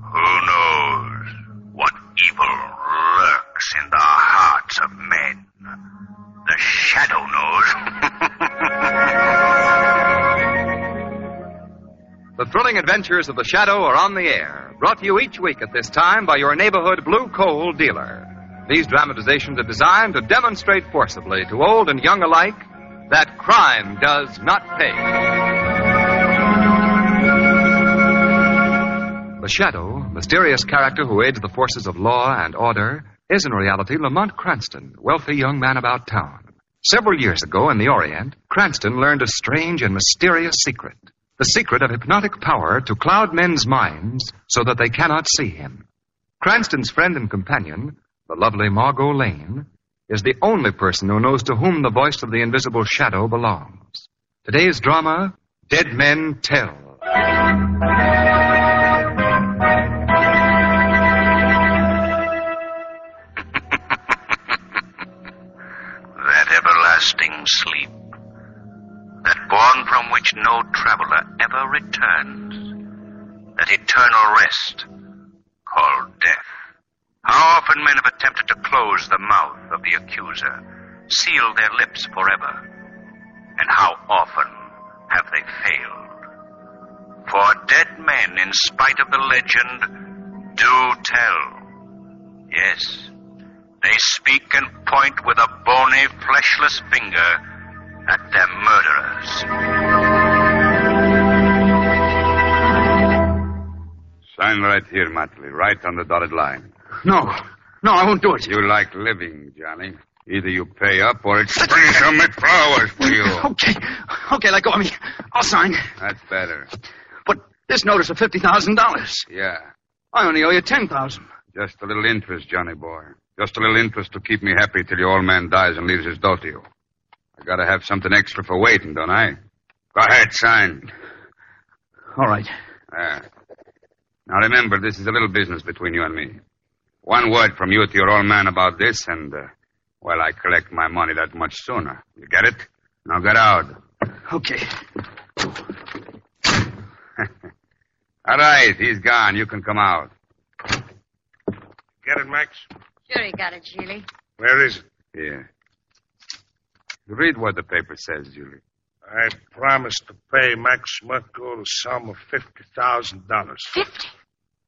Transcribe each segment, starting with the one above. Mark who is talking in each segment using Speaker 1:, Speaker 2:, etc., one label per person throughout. Speaker 1: Who knows what evil lurks in the hearts of men? The shadow knows.
Speaker 2: The thrilling adventures of the shadow are on the air, brought to you each week at this time by your neighborhood blue coal dealer. These dramatizations are designed to demonstrate forcibly to old and young alike that crime does not pay. The shadow, mysterious character who aids the forces of law and order, is in reality Lamont Cranston, wealthy young man about town. Several years ago in the Orient, Cranston learned a strange and mysterious secret the secret of hypnotic power to cloud men's minds so that they cannot see him. Cranston's friend and companion, the lovely Margot Lane, is the only person who knows to whom the voice of the invisible shadow belongs. Today's drama, Dead Men Tell.
Speaker 1: that everlasting sleep, that bourne from which no traveler ever returns, that eternal rest called death. How often men have attempted to close the mouth of the accuser, seal their lips forever, and how often have they failed? For dead men, in spite of the legend, do tell. Yes. They speak and point with a bony, fleshless finger at their murderers.
Speaker 3: Sign right here, Matley. Right on the dotted line.
Speaker 4: No, no, I won't do it.
Speaker 3: You like living, Johnny. Either you pay up or it's spring some flowers for you.
Speaker 5: Oh.
Speaker 4: Okay, okay, let go of me. I'll sign.
Speaker 3: That's better.
Speaker 4: But this notice of fifty thousand dollars.
Speaker 3: Yeah.
Speaker 4: I only owe you ten thousand.
Speaker 3: Just a little interest, Johnny boy. Just a little interest to keep me happy till your old man dies and leaves his dough to you. I gotta have something extra for waiting, don't I? Go ahead, sign.
Speaker 4: All right.
Speaker 3: Ah. Now remember, this is a little business between you and me. One word from you to your old man about this, and, uh, well, I collect my money that much sooner. You get it? Now get out.
Speaker 4: Okay.
Speaker 3: All right, he's gone. You can come out.
Speaker 5: Get it, Max?
Speaker 6: Sure, he got it, Sheely.
Speaker 5: Where is it?
Speaker 3: Here. Read what the paper says, Julie.
Speaker 5: I promised to pay Max Murko the sum of $50,000.
Speaker 6: Fifty.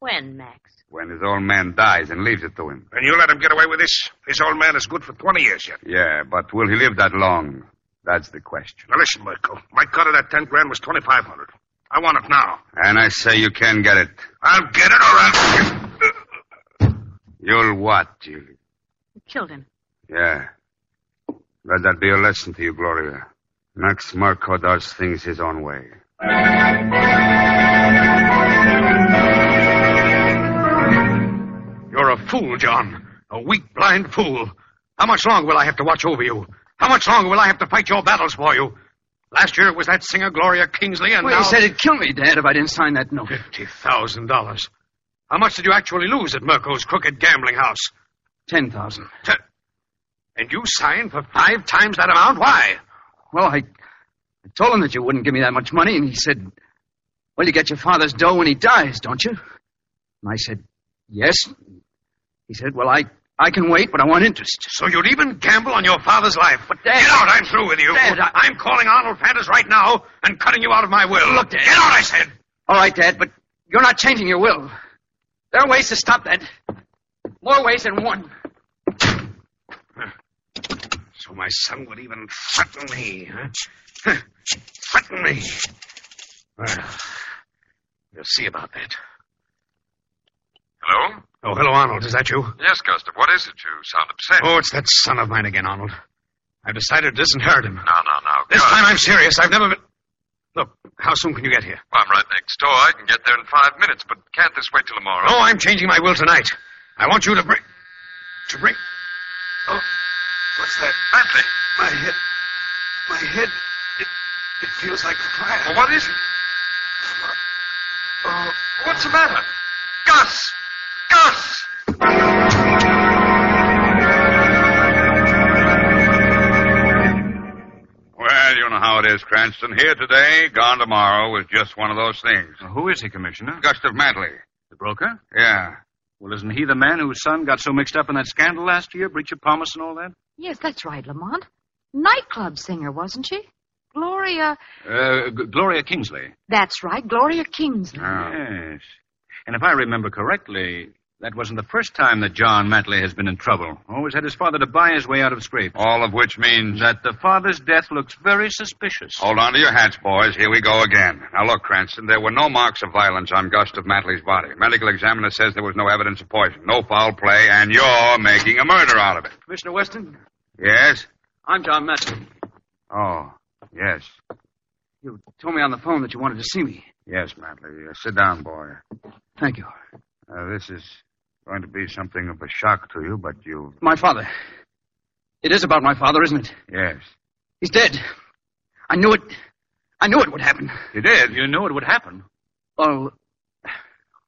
Speaker 6: When, Max?
Speaker 3: When his old man dies and leaves it to him.
Speaker 5: And you let him get away with this? This old man is good for 20 years yet.
Speaker 3: Yeah, but will he live that long? That's the question.
Speaker 5: Now listen, Murko. My cut of that 10 grand was 2500 I want it now.
Speaker 3: And I say you can get it.
Speaker 5: I'll get it or I'll...
Speaker 3: You'll what, Julie?
Speaker 6: You killed him.
Speaker 3: Yeah. Let that be a lesson to you, Gloria. Max Marco does things his own way.
Speaker 4: You're a fool, John. A weak, blind fool. How much longer will I have to watch over you? How much longer will I have to fight your battles for you?
Speaker 5: Last year it was that singer Gloria Kingsley and
Speaker 4: Well,
Speaker 5: now...
Speaker 4: he said it'd kill me, Dad, if I didn't sign that note.
Speaker 5: $50,000. How much did you actually lose at Murko's crooked gambling house?
Speaker 4: Ten thousand.
Speaker 5: T- and you signed for five times that amount? Why?
Speaker 4: Well, I, I told him that you wouldn't give me that much money, and he said, "Well, you get your father's dough when he dies, don't you?" And I said, "Yes." He said, "Well, I, I can wait, but I want interest."
Speaker 5: So you'd even gamble on your father's life. But
Speaker 4: Dad-
Speaker 5: get out, I'm through with you.
Speaker 4: Dad, I-
Speaker 5: am calling Arnold Flanders right now and cutting you out of my will. Look, Dad. Get out, I said.
Speaker 4: All right, Dad, but you're not changing your will. There are ways to stop that. More ways than one.
Speaker 7: So my son would even threaten me, huh? Huh, threaten me. Well, we'll see about that.
Speaker 8: Hello?
Speaker 7: Oh, hello, Arnold. Is that you?
Speaker 8: Yes, Gustav. What is it? You sound upset.
Speaker 7: Oh, it's that son of mine again, Arnold. I've decided to disinherit him.
Speaker 8: No, no, no.
Speaker 7: This
Speaker 8: Gus.
Speaker 7: time I'm serious. I've never been. Look, how soon can you get here?
Speaker 8: Well, I'm right next door. I can get there in five minutes, but can't this wait till tomorrow?
Speaker 7: No, Oh, I'm changing my will tonight. I want you to bring. To bring. Oh, what's that?
Speaker 8: Bentley.
Speaker 7: My head. My head. It, it feels like fire.
Speaker 8: Well, what is it?
Speaker 7: Oh,
Speaker 8: What's the matter? Gus! Gus!
Speaker 3: Well, you know how it is, Cranston. Here today, gone tomorrow was just one of those things.
Speaker 1: Who is he, Commissioner?
Speaker 3: Gustav Mantley.
Speaker 1: The broker?
Speaker 3: Yeah.
Speaker 1: Well, isn't he the man whose son got so mixed up in that scandal last year, breach of promise and all that?
Speaker 9: Yes, that's right, Lamont. Nightclub singer, wasn't she? Gloria.
Speaker 1: Uh, G- Gloria Kingsley.
Speaker 9: That's right, Gloria Kingsley.
Speaker 1: Yes. And if I remember correctly, that wasn't the first time that John Matley has been in trouble. Always had his father to buy his way out of scrapes.
Speaker 3: All of which means.
Speaker 1: That the father's death looks very suspicious.
Speaker 3: Hold on to your hats, boys. Here we go again. Now, look, Cranston, there were no marks of violence on Gustav Matley's body. Medical examiner says there was no evidence of poison, no foul play, and you're making a murder out of it.
Speaker 4: Commissioner Weston,
Speaker 3: Yes?
Speaker 4: I'm John Matson.
Speaker 3: Oh, yes.
Speaker 4: You told me on the phone that you wanted to see me.
Speaker 3: Yes, Matley. Uh, sit down, boy.
Speaker 4: Thank you.
Speaker 3: Uh, this is going to be something of a shock to you, but you.
Speaker 4: My father. It is about my father, isn't it?
Speaker 3: Yes.
Speaker 4: He's dead. I knew it. I knew it would happen.
Speaker 3: You did?
Speaker 1: You knew it would happen.
Speaker 4: Well,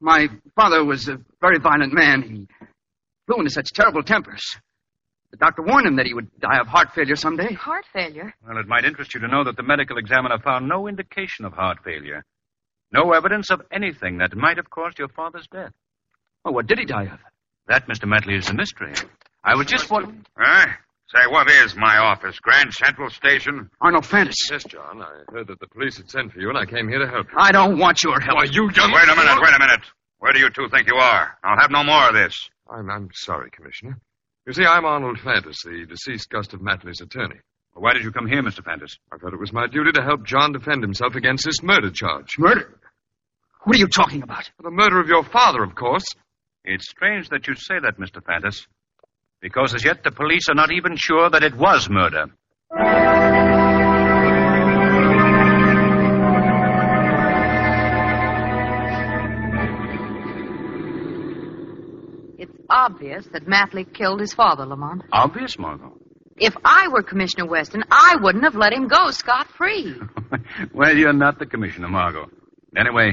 Speaker 4: my father was a very violent man. He flew into such terrible tempers. The doctor warned him that he would die of heart failure someday.
Speaker 9: Heart failure.
Speaker 1: Well, it might interest you to know that the medical examiner found no indication of heart failure. No evidence of anything that might have caused your father's death.
Speaker 4: Well, what did he die of?
Speaker 1: That, Mr. Matley, is a mystery. I was just wondering.
Speaker 3: Huh? Say, what is my office? Grand Central Station?
Speaker 4: Arnold Fantis.
Speaker 8: Yes, John. I heard that the police had sent for you, and I came here to help you.
Speaker 4: I don't want your help.
Speaker 8: you
Speaker 3: Wait a minute, wait a minute. Where do you two think you are? I'll have no more of this.
Speaker 8: I'm, I'm sorry, Commissioner. You see, I'm Arnold Fantis, the deceased Gustav Matley's attorney.
Speaker 1: Why did you come here, Mr. Fantis?
Speaker 8: I felt it was my duty to help John defend himself against this murder charge.
Speaker 4: Murder? What are you talking about?
Speaker 8: The murder of your father, of course.
Speaker 1: It's strange that you say that, Mr. Fantis, because as yet the police are not even sure that it was murder.
Speaker 9: It's obvious that Mathley killed his father, Lamont.
Speaker 1: Obvious, Margot.
Speaker 9: If I were Commissioner Weston, I wouldn't have let him go scot free.
Speaker 1: well, you're not the commissioner, Margot. Anyway,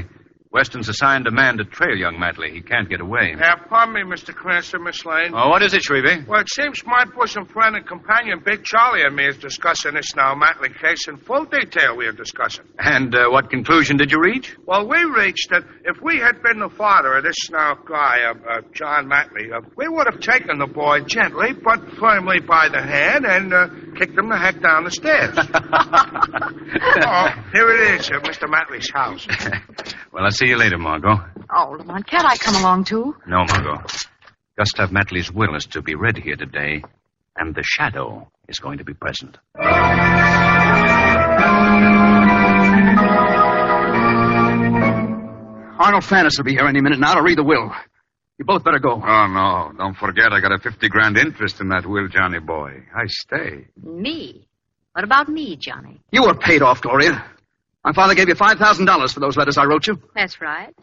Speaker 1: Weston's assigned a man to trail young Matley. He can't get away.
Speaker 7: Uh, pardon me, Mr. Cranston, Miss Lane.
Speaker 1: Oh, what is it, Shrevey?
Speaker 7: Well, it seems my bosom friend and companion, Big Charlie, and me is discussing this now Matley case in full detail we are discussing.
Speaker 1: And uh, what conclusion did you reach?
Speaker 7: Well, we reached that if we had been the father of this now guy, uh, uh, John Matley, uh, we would have taken the boy gently but firmly by the hand and uh, kicked him the heck down the stairs. oh, here it is, uh, Mr. Matley's house.
Speaker 1: well, I'll see you later, Margot.
Speaker 9: Oh, Lamont, can't I come along too?
Speaker 1: No, Margot. Gustav Matley's will is to be read here today, and the shadow is going to be present.
Speaker 4: Arnold Fantis will be here any minute now to read the will. You both better go.
Speaker 3: Oh, no. Don't forget, I got a 50 grand interest in that will, Johnny boy. I stay.
Speaker 9: Me. What about me, Johnny?
Speaker 4: You were paid off, Gloria. My father gave you $5,000 for those letters I wrote you.
Speaker 9: That's right.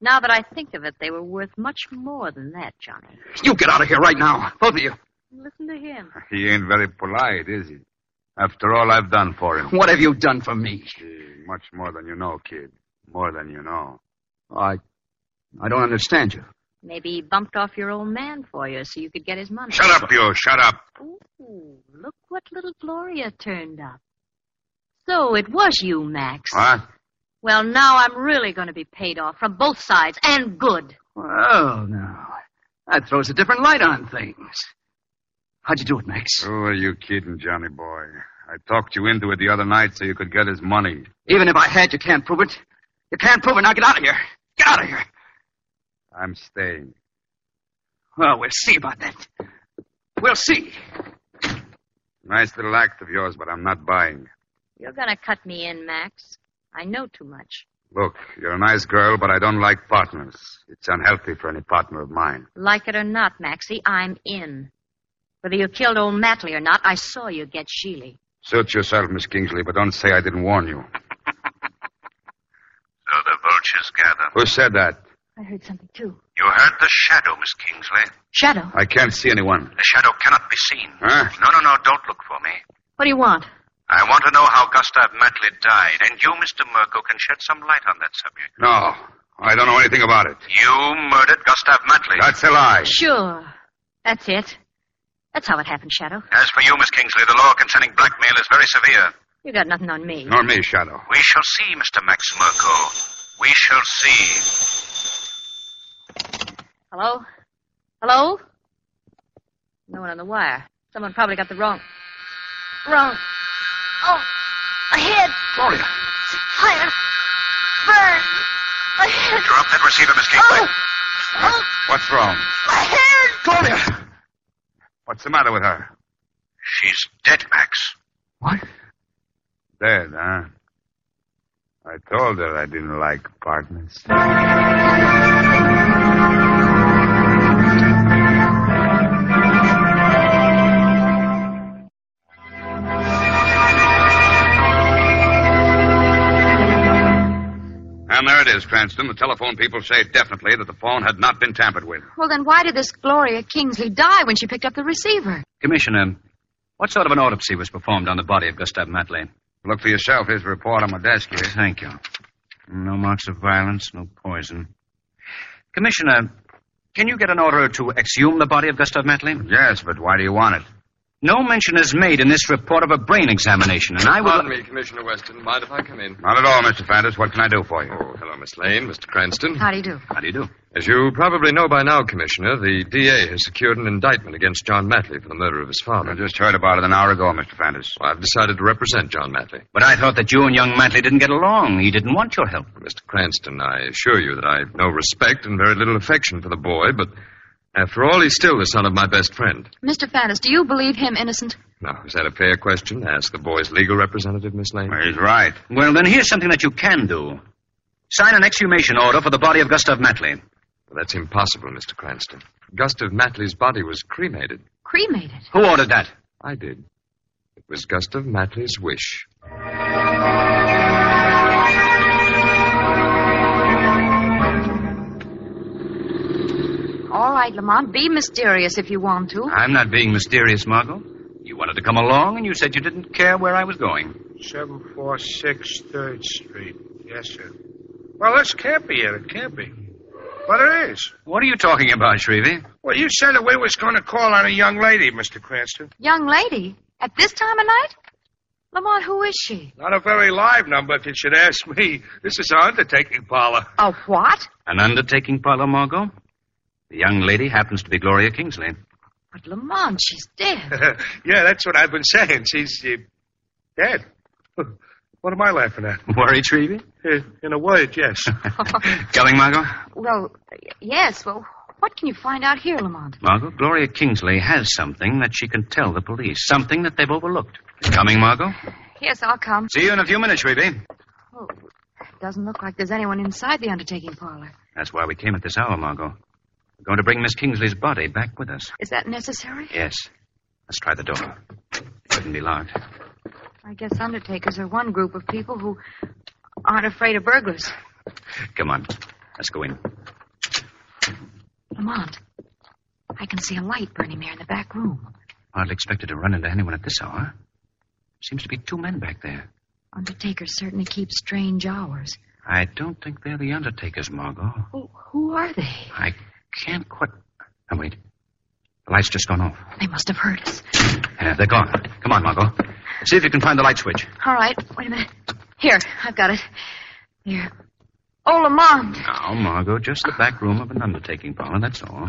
Speaker 9: Now that I think of it, they were worth much more than that, Johnny.
Speaker 4: You get out of here right now, Oh, both of you.
Speaker 9: Listen to him.
Speaker 3: He ain't very polite, is he? After all I've done for him.
Speaker 4: What have you done for me?
Speaker 3: Gee, Much more than you know, kid. More than you know.
Speaker 4: I, I don't understand you.
Speaker 9: Maybe he bumped off your old man for you so you could get his money.
Speaker 3: Shut up, you. Shut up.
Speaker 9: Ooh, look what little Gloria turned up. So it was you, Max.
Speaker 3: What?
Speaker 9: Well, now I'm really going to be paid off from both sides, and good.
Speaker 4: Well, now, that throws a different light on things. How'd you do it, Max?
Speaker 3: Who Oh, are you kidding, Johnny boy? I talked you into it the other night so you could get his money.
Speaker 4: Even if I had, you can't prove it. You can't prove it. Now get out of here. Get out of here.
Speaker 3: I'm staying.
Speaker 4: Well, we'll see about that. We'll see.
Speaker 3: Nice little act of yours, but I'm not buying.
Speaker 9: You're going to cut me in, Max. I know too much.
Speaker 3: Look, you're a nice girl, but I don't like partners. It's unhealthy for any partner of mine.
Speaker 9: Like it or not, Maxie, I'm in. Whether you killed old Matley or not, I saw you get Sheely.
Speaker 3: Suit yourself, Miss Kingsley, but don't say I didn't warn you.
Speaker 10: So the vultures gather.
Speaker 3: Who said that?
Speaker 9: I heard something, too.
Speaker 10: You heard the shadow, Miss Kingsley.
Speaker 9: Shadow,
Speaker 3: I can't see anyone.
Speaker 10: The shadow cannot be seen.
Speaker 3: Huh?
Speaker 10: No, no, no, don't look for me.
Speaker 9: what do you want?
Speaker 10: I want to know how Gustav Matley died, and you, Mr. Merkel, can shed some light on that subject.
Speaker 3: No, I don't know anything about it.
Speaker 10: You murdered Gustav Matley.
Speaker 3: That's a lie.
Speaker 9: Sure. That's it. That's how it happened, Shadow.
Speaker 10: As for you, Miss Kingsley, the law concerning blackmail is very severe.
Speaker 9: You got nothing on me.
Speaker 3: Nor me, Shadow.
Speaker 10: We shall see, Mr. Max Merkel. We shall see.
Speaker 9: Hello? Hello? No one on the wire. Someone probably got the wrong. Wrong. Oh, ahead.
Speaker 2: Gloria.
Speaker 9: Fire. Burn. Ahead.
Speaker 10: Drop that receiver, Miss Kingsley.
Speaker 9: Oh, oh,
Speaker 3: What's wrong?
Speaker 9: ahead.
Speaker 2: Gloria!
Speaker 3: What's the matter with her?
Speaker 10: She's dead, Max.
Speaker 2: What?
Speaker 3: Dead, huh? I told her I didn't like partners.
Speaker 1: And there it is, Cranston. The telephone people say definitely that the phone had not been tampered with.
Speaker 9: Well, then why did this Gloria Kingsley die when she picked up the receiver?
Speaker 1: Commissioner, what sort of an autopsy was performed on the body of Gustav Matley?
Speaker 3: Look for yourself. Here's a report on my desk here.
Speaker 1: Thank you. No marks of violence, no poison. Commissioner, can you get an order to exhume the body of Gustav Matley?
Speaker 3: Yes, but why do you want it?
Speaker 1: No mention is made in this report of a brain examination, and I
Speaker 8: Pardon
Speaker 1: will.
Speaker 8: me, Commissioner Weston. Mind if I come in?
Speaker 3: Not at all, Mr. Fandis. What can I do for you?
Speaker 8: Oh, hello, Miss Lane, Mr. Cranston.
Speaker 9: How do you do?
Speaker 1: How do you do?
Speaker 8: As you probably know by now, Commissioner, the DA has secured an indictment against John Matley for the murder of his
Speaker 3: I
Speaker 8: father.
Speaker 3: just heard about it an hour ago, Mr. Fandis.
Speaker 8: Well, I've decided to represent John Matley.
Speaker 1: But I thought that you and young Matley didn't get along. He didn't want your help.
Speaker 8: Mr. Cranston, I assure you that I've no respect and very little affection for the boy, but after all, he's still the son of my best friend.
Speaker 9: Mr. Fannis, do you believe him innocent?
Speaker 8: Now, is that a fair question? Ask the boy's legal representative, Miss Lane.
Speaker 3: Well, He's right.
Speaker 1: Well, then here's something that you can do. Sign an exhumation order for the body of Gustav Matley.
Speaker 8: Well, that's impossible, Mr. Cranston. Gustav Matley's body was cremated.
Speaker 9: Cremated.
Speaker 1: Who ordered that?
Speaker 8: I did. It was Gustav Matley's wish.
Speaker 9: All right, Lamont, be mysterious if you want to.
Speaker 1: I'm not being mysterious, Margot. You wanted to come along, and you said you didn't care where I was going.
Speaker 7: 746 3rd Street. Yes, sir. Well, this can't be it. It can't be. But it is.
Speaker 1: What are you talking about, Shrevey?
Speaker 7: Well, you said that we was going to call on a young lady, Mr. Cranston.
Speaker 9: Young lady, at this time of night? Lamont, who is she?
Speaker 7: Not a very live number, if you should ask me. This is our undertaking parlor.
Speaker 9: A what?
Speaker 1: An undertaking parlor, Margot? The young lady happens to be Gloria Kingsley.
Speaker 9: But Lamont, she's dead.
Speaker 7: yeah, that's what I've been saying. She's uh, dead. What am I laughing at?
Speaker 1: Worried, Shrevey?
Speaker 7: Uh, In a word, yes.
Speaker 1: Going, Margot?
Speaker 9: Well, y- yes. Well, what can you find out here, Lamont?
Speaker 1: Margot, Gloria Kingsley has something that she can tell the police, something that they've overlooked. Coming, Margot?
Speaker 9: Yes, I'll come.
Speaker 1: See you in a few minutes, Shrevey.
Speaker 9: Oh, doesn't look like there's anyone inside the undertaking parlor.
Speaker 1: That's why we came at this hour, Margot. We're going to bring Miss Kingsley's body back with us.
Speaker 9: Is that necessary?
Speaker 1: Yes. Let's try the door. Couldn't be locked.
Speaker 9: I guess undertakers are one group of people who aren't afraid of burglars.
Speaker 1: Come on. Let's go in.
Speaker 9: Lamont, I can see a light burning there in the back room.
Speaker 1: Hardly expected to run into anyone at this hour. Seems to be two men back there.
Speaker 9: Undertakers certainly keep strange hours.
Speaker 1: I don't think they're the undertakers, Margot.
Speaker 9: Who, who are they?
Speaker 1: I can't quite. Oh, wait. The light's just gone off.
Speaker 9: They must have heard us.
Speaker 1: Yeah, they're gone. Come on, Margot. See if you can find the light switch.
Speaker 9: All right, wait a minute. Here, I've got it. Here. Oh, Lamont!
Speaker 1: Now, Margot, just the back room of an undertaking parlor, that's all.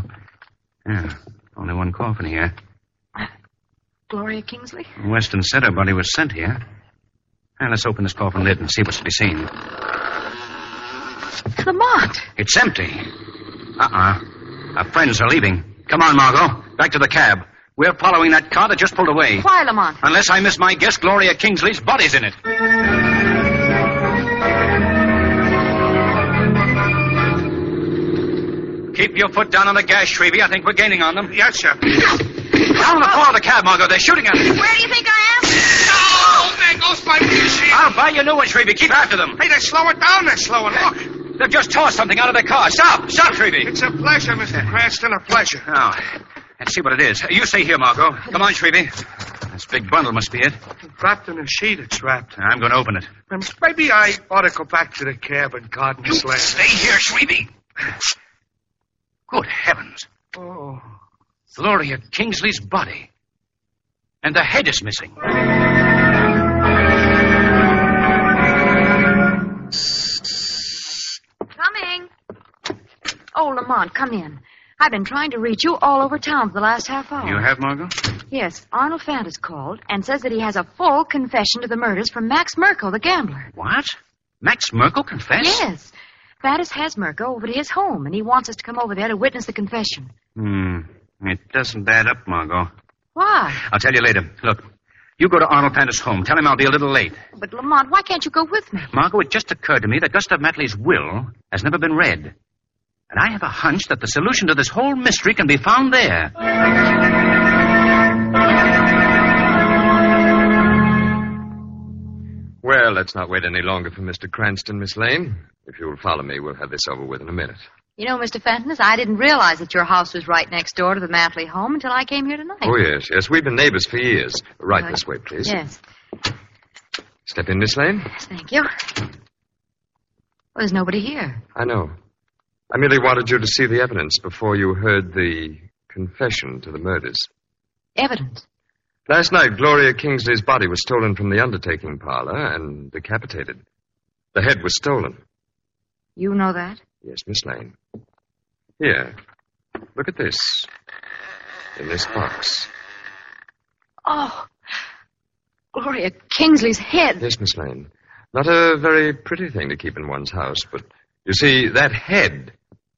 Speaker 1: Yeah, only one coffin here.
Speaker 9: Gloria Kingsley?
Speaker 1: Weston said her body was sent here. Now, let's open this coffin lid and see what's to be seen.
Speaker 9: Lamont!
Speaker 1: It's empty. Uh-uh. Our friends are leaving. Come on, Margot. Back to the cab. We're following that car that just pulled away.
Speaker 9: Why, Lamont?
Speaker 1: Unless I miss my guess, Gloria Kingsley's body's in it. Keep your foot down on the gas, Shrevey. I think we're gaining on them.
Speaker 7: Yes, sir.
Speaker 1: Down on the floor of the cab, Margot. They're shooting at us.
Speaker 9: Where do you think I am?
Speaker 7: Oh, there goes my machine.
Speaker 1: I'll buy you a new one, Shrevey. Keep after them.
Speaker 7: Hey, they're slowing down. They're slowing. Look.
Speaker 1: They've just tossed something out of the car. Stop. Stop, Shrevey.
Speaker 7: It's a pleasure, Mr. Cranston, a pleasure.
Speaker 1: Now, let's see what it is. You stay here, Margot. Come on, Shrevey. This big bundle must be it.
Speaker 7: Wrapped in a sheet, it's wrapped.
Speaker 1: I'm going to open it.
Speaker 7: And Maybe I ought to go back to the cab and garden this last.
Speaker 1: Stay here, Shrevey. Good heavens.
Speaker 7: Oh.
Speaker 1: Gloria Kingsley's body. And the head is missing.
Speaker 9: Coming. Oh, Lamont, come in. I've been trying to reach you all over town for the last half hour.
Speaker 1: You have, Margot?
Speaker 9: Yes, Arnold Fant has called and says that he has a full confession to the murders from Max Merkel, the gambler.
Speaker 1: What? Max Merkel confessed?
Speaker 9: Yes. Gladys has Merkel over to his home, and he wants us to come over there to witness the confession.
Speaker 1: Hmm. It doesn't add up, Margot.
Speaker 9: Why?
Speaker 1: I'll tell you later. Look, you go to Arnold Panter's home. Tell him I'll be a little late.
Speaker 9: But, Lamont, why can't you go with me?
Speaker 1: Margot, it just occurred to me that Gustav Matley's will has never been read. And I have a hunch that the solution to this whole mystery can be found there.
Speaker 8: Well, let's not wait any longer for Mr. Cranston, Miss Lane. If you'll follow me, we'll have this over with in a minute.
Speaker 9: You know, Mr. Fenton, I didn't realize that your house was right next door to the Matley home until I came here tonight.
Speaker 8: Oh, yes, yes. We've been neighbors for years. Right this way, please.
Speaker 9: Yes,
Speaker 8: Step in, Miss Lane.
Speaker 9: thank you. Well, there's nobody here.
Speaker 8: I know. I merely wanted you to see the evidence before you heard the confession to the murders.
Speaker 9: Evidence.
Speaker 8: Last night, Gloria Kingsley's body was stolen from the undertaking parlor and decapitated. The head was stolen.
Speaker 9: You know that?
Speaker 8: Yes, Miss Lane. Here, look at this. In this box.
Speaker 9: Oh, Gloria Kingsley's head.
Speaker 8: Yes, Miss Lane. Not a very pretty thing to keep in one's house, but you see, that head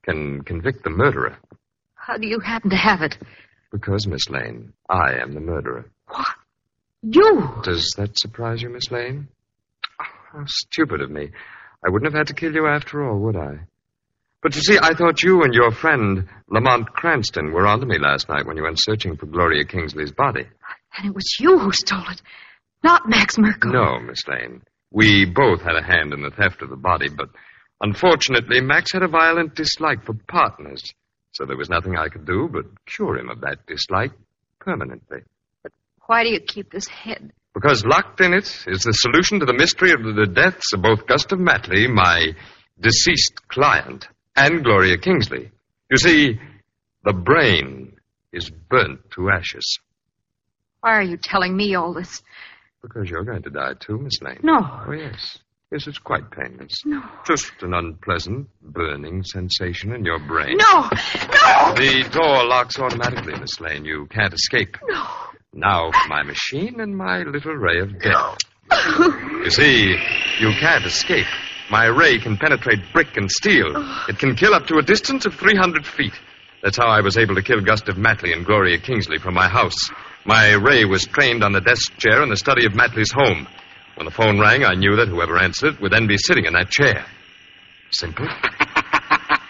Speaker 8: can convict the murderer.
Speaker 9: How do you happen to have it?
Speaker 8: Because, Miss Lane, I am the murderer.
Speaker 9: You?
Speaker 8: Does that surprise you, Miss Lane? Oh, How stupid of me. I wouldn't have had to kill you after all, would I? But you see, I thought you and your friend, Lamont Cranston, were onto me last night when you went searching for Gloria Kingsley's body.
Speaker 9: And it was you who stole it, not Max Merkel.
Speaker 8: No, Miss Lane. We both had a hand in the theft of the body, but unfortunately, Max had a violent dislike for partners, so there was nothing I could do but cure him of that dislike permanently.
Speaker 9: Why do you keep this head?
Speaker 8: Because locked in it is the solution to the mystery of the deaths of both Gustav Matley, my deceased client, and Gloria Kingsley. You see, the brain is burnt to ashes.
Speaker 9: Why are you telling me all this?
Speaker 8: Because you're going to die too, Miss Lane.
Speaker 9: No.
Speaker 8: Oh, yes. Yes, it's quite painless. No. Just an unpleasant, burning sensation in your brain.
Speaker 9: No! No!
Speaker 8: The door locks automatically, Miss Lane. You can't escape. No. Now for my machine and my little ray of death. you see, you can't escape. My ray can penetrate brick and steel. It can kill up to a distance of 300 feet. That's how I was able to kill Gustav Matley and Gloria Kingsley from my house. My ray was trained on the desk chair in the study of Matley's home. When the phone rang, I knew that whoever answered it would then be sitting in that chair. Simple.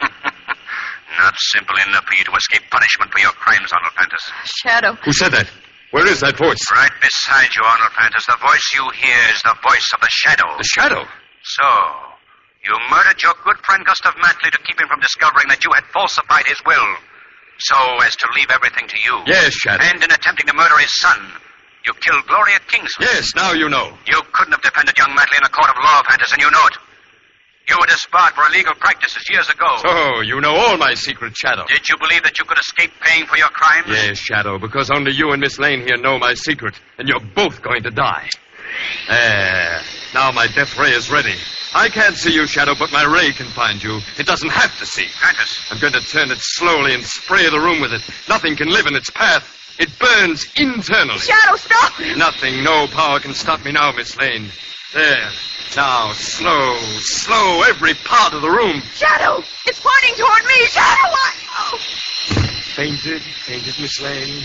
Speaker 10: Not simple enough for you to escape punishment for your crimes, Arnold Pantis.
Speaker 9: Shadow.
Speaker 8: Who said that? Where is that voice?
Speaker 10: Right beside you, Arnold Pantis, the voice you hear is the voice of the shadow.
Speaker 8: The shadow.
Speaker 10: So, you murdered your good friend Gustav Matley to keep him from discovering that you had falsified his will, so as to leave everything to you.
Speaker 8: Yes, Shadow.
Speaker 10: And in attempting to murder his son, you killed Gloria Kingsley.
Speaker 8: Yes, now you know.
Speaker 10: You couldn't have defended young Matley in a court of law, Fantas, and you know it. You were disbarred for illegal practices years ago.
Speaker 8: So, Oh, you know all my secret, Shadow.
Speaker 10: Did you believe that you could escape paying for your crimes?
Speaker 8: Yes, Shadow, because only you and Miss Lane here know my secret, and you're both going to die. There. Eh, Now my death ray is ready. I can't see you, Shadow, but my ray can find you. It doesn't have to see.
Speaker 10: Fantas,
Speaker 8: I'm going to turn it slowly and spray the room with it. Nothing can live in its path. It burns internally.
Speaker 9: Shadow, stop!
Speaker 8: Nothing, no power can stop me now, Miss Lane. There. Now, slow, slow, every part of the room.
Speaker 9: Shadow! It's pointing toward me! Shadow! I...
Speaker 8: Fainted, fainted, Miss Lane.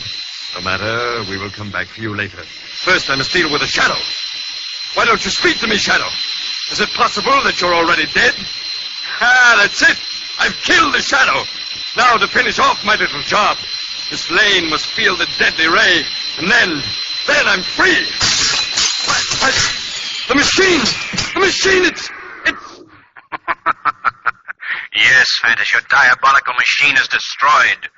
Speaker 10: No matter. We will come back for you later. First, I must deal with the shadow. Why don't you speak to me, Shadow? Is it possible that you're already dead? Ah, that's it. I've killed the shadow. Now, to finish off my little job, Miss Lane must feel the deadly ray, and then, then I'm free. But, but the machine, the machine, it's, it's.
Speaker 1: Yes, Fantas, your diabolical machine is destroyed.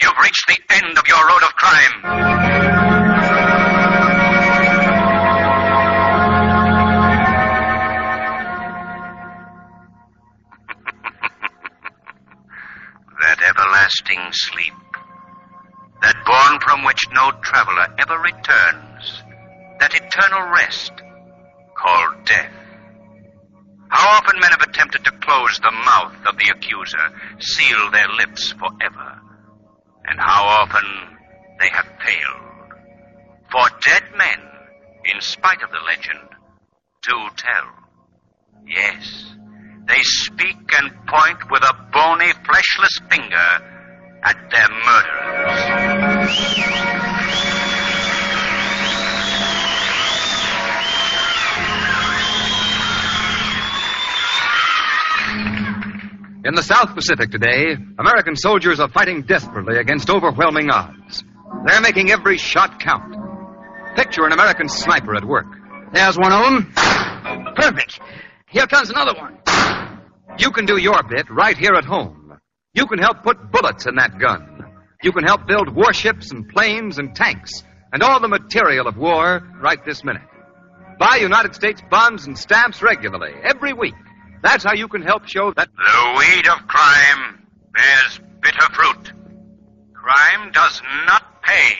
Speaker 1: You've reached the end of your road of crime. That everlasting sleep, that bourne from which no traveler ever returns, that eternal rest called death. How often men have attempted to close the mouth of the accuser, seal their lips forever, and how often they have failed. For dead men, in spite of the legend, do tell. Yes, they speak and point with a bony, fleshless finger at their murderers.
Speaker 2: In the South Pacific today, American soldiers are fighting desperately against overwhelming odds. They're making every shot count. Picture an American sniper at work.
Speaker 11: There's one of them. Perfect. Here comes another one.
Speaker 2: You can do your bit right here at home. You can help put bullets in that gun. You can help build warships and planes and tanks and all the material of war right this minute. Buy United States bonds and stamps regularly, every week. That's how you can help show that
Speaker 1: The weed of crime bears bitter fruit. Crime does not pay.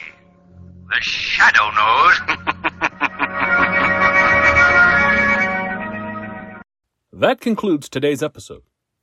Speaker 1: The shadow knows.
Speaker 12: That concludes today's episode.